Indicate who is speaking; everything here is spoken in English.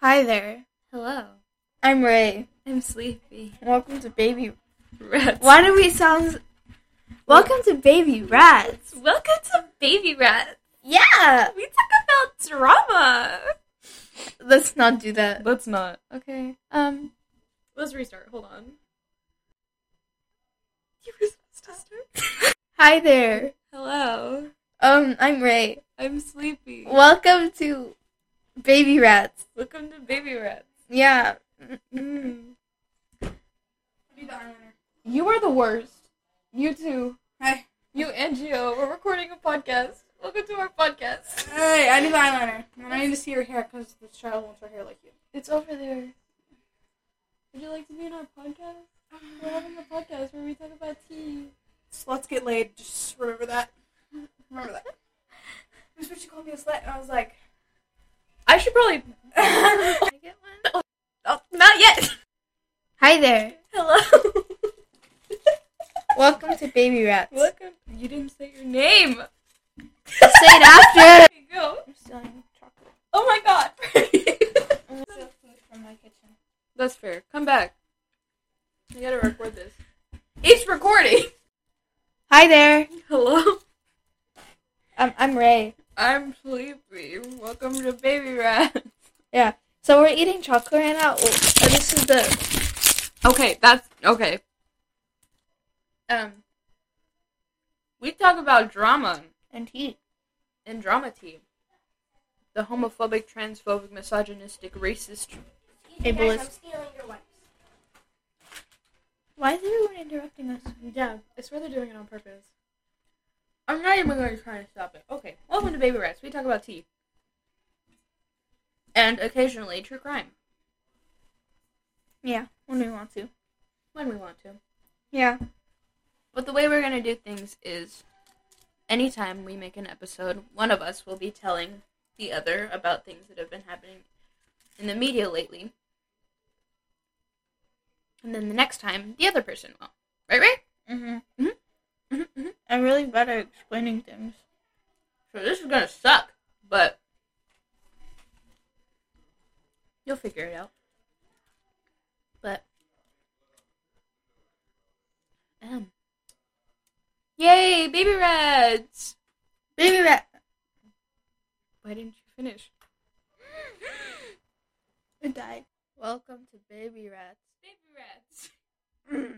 Speaker 1: Hi there.
Speaker 2: Hello.
Speaker 1: I'm Ray.
Speaker 2: I'm sleepy.
Speaker 1: Welcome to Baby.
Speaker 2: Rats.
Speaker 1: Why do we sound? Welcome to Baby Rats.
Speaker 2: Welcome to Baby Rats.
Speaker 1: Yeah.
Speaker 2: We talk about drama.
Speaker 1: Let's not do that.
Speaker 2: Let's not.
Speaker 1: Okay. Um.
Speaker 2: Let's restart. Hold on. You were supposed to start.
Speaker 1: Hi there.
Speaker 2: Hello.
Speaker 1: Um. I'm Ray.
Speaker 2: I'm sleepy.
Speaker 1: Welcome to Baby Rats.
Speaker 2: Welcome to Baby Rats.
Speaker 1: Yeah.
Speaker 2: Mm.
Speaker 1: You are the worst. You too.
Speaker 3: Hi.
Speaker 2: You and Gio, we're recording a podcast. Welcome to our podcast.
Speaker 3: Hey, I need eyeliner. And I need to see your hair because this child wants her hair like you.
Speaker 2: It's over there. Would you like to be on our podcast? We're having a podcast where we talk about tea.
Speaker 3: Sluts get laid. Just remember that. Remember that. That's what she called me a slut, and I was like,
Speaker 2: I should probably
Speaker 1: Can I get one?
Speaker 2: Oh, not yet.
Speaker 1: Hi there.
Speaker 2: Hello.
Speaker 1: Welcome to Baby Rats. Say
Speaker 2: Welcome. You didn't say your name.
Speaker 1: it after.
Speaker 2: Okay, go.
Speaker 3: I'm stealing chocolate.
Speaker 2: Oh my god.
Speaker 3: I'm stealing food from my kitchen.
Speaker 2: That's fair. Come back. You gotta record this. It's recording.
Speaker 1: Hi there.
Speaker 2: Hello.
Speaker 1: Um, I'm Ray.
Speaker 2: I'm sleepy. Welcome to Baby Rat.
Speaker 1: So we're eating chocolate right now. Oh, this is the
Speaker 2: Okay, that's okay. Um, we talk about drama
Speaker 1: and tea.
Speaker 2: and drama tea. The homophobic, transphobic, misogynistic, racist.
Speaker 1: Ableist.
Speaker 3: I'm stealing your wipes.
Speaker 1: Why is everyone interrupting us?
Speaker 2: Yeah, I swear they're doing it on purpose. I'm not even going to try and stop it. Okay, welcome to Baby Rats. We talk about tea. And occasionally true crime
Speaker 1: Yeah, when we want to.
Speaker 2: when we want to.
Speaker 1: Yeah.
Speaker 2: But the way we're going to do things is anytime we make an episode, one of us will be telling the other about things that have been happening in the media lately. And then the next time, the other person will. Right, right?
Speaker 1: Mhm.
Speaker 2: Mhm, mhm.
Speaker 1: I'm really bad at explaining things.
Speaker 2: So this is gonna suck, but you'll figure it out. But um, yay, baby reds!
Speaker 1: Baby rat.
Speaker 2: Why didn't you finish?
Speaker 1: It died. Welcome to Baby Rats.
Speaker 2: Baby reds.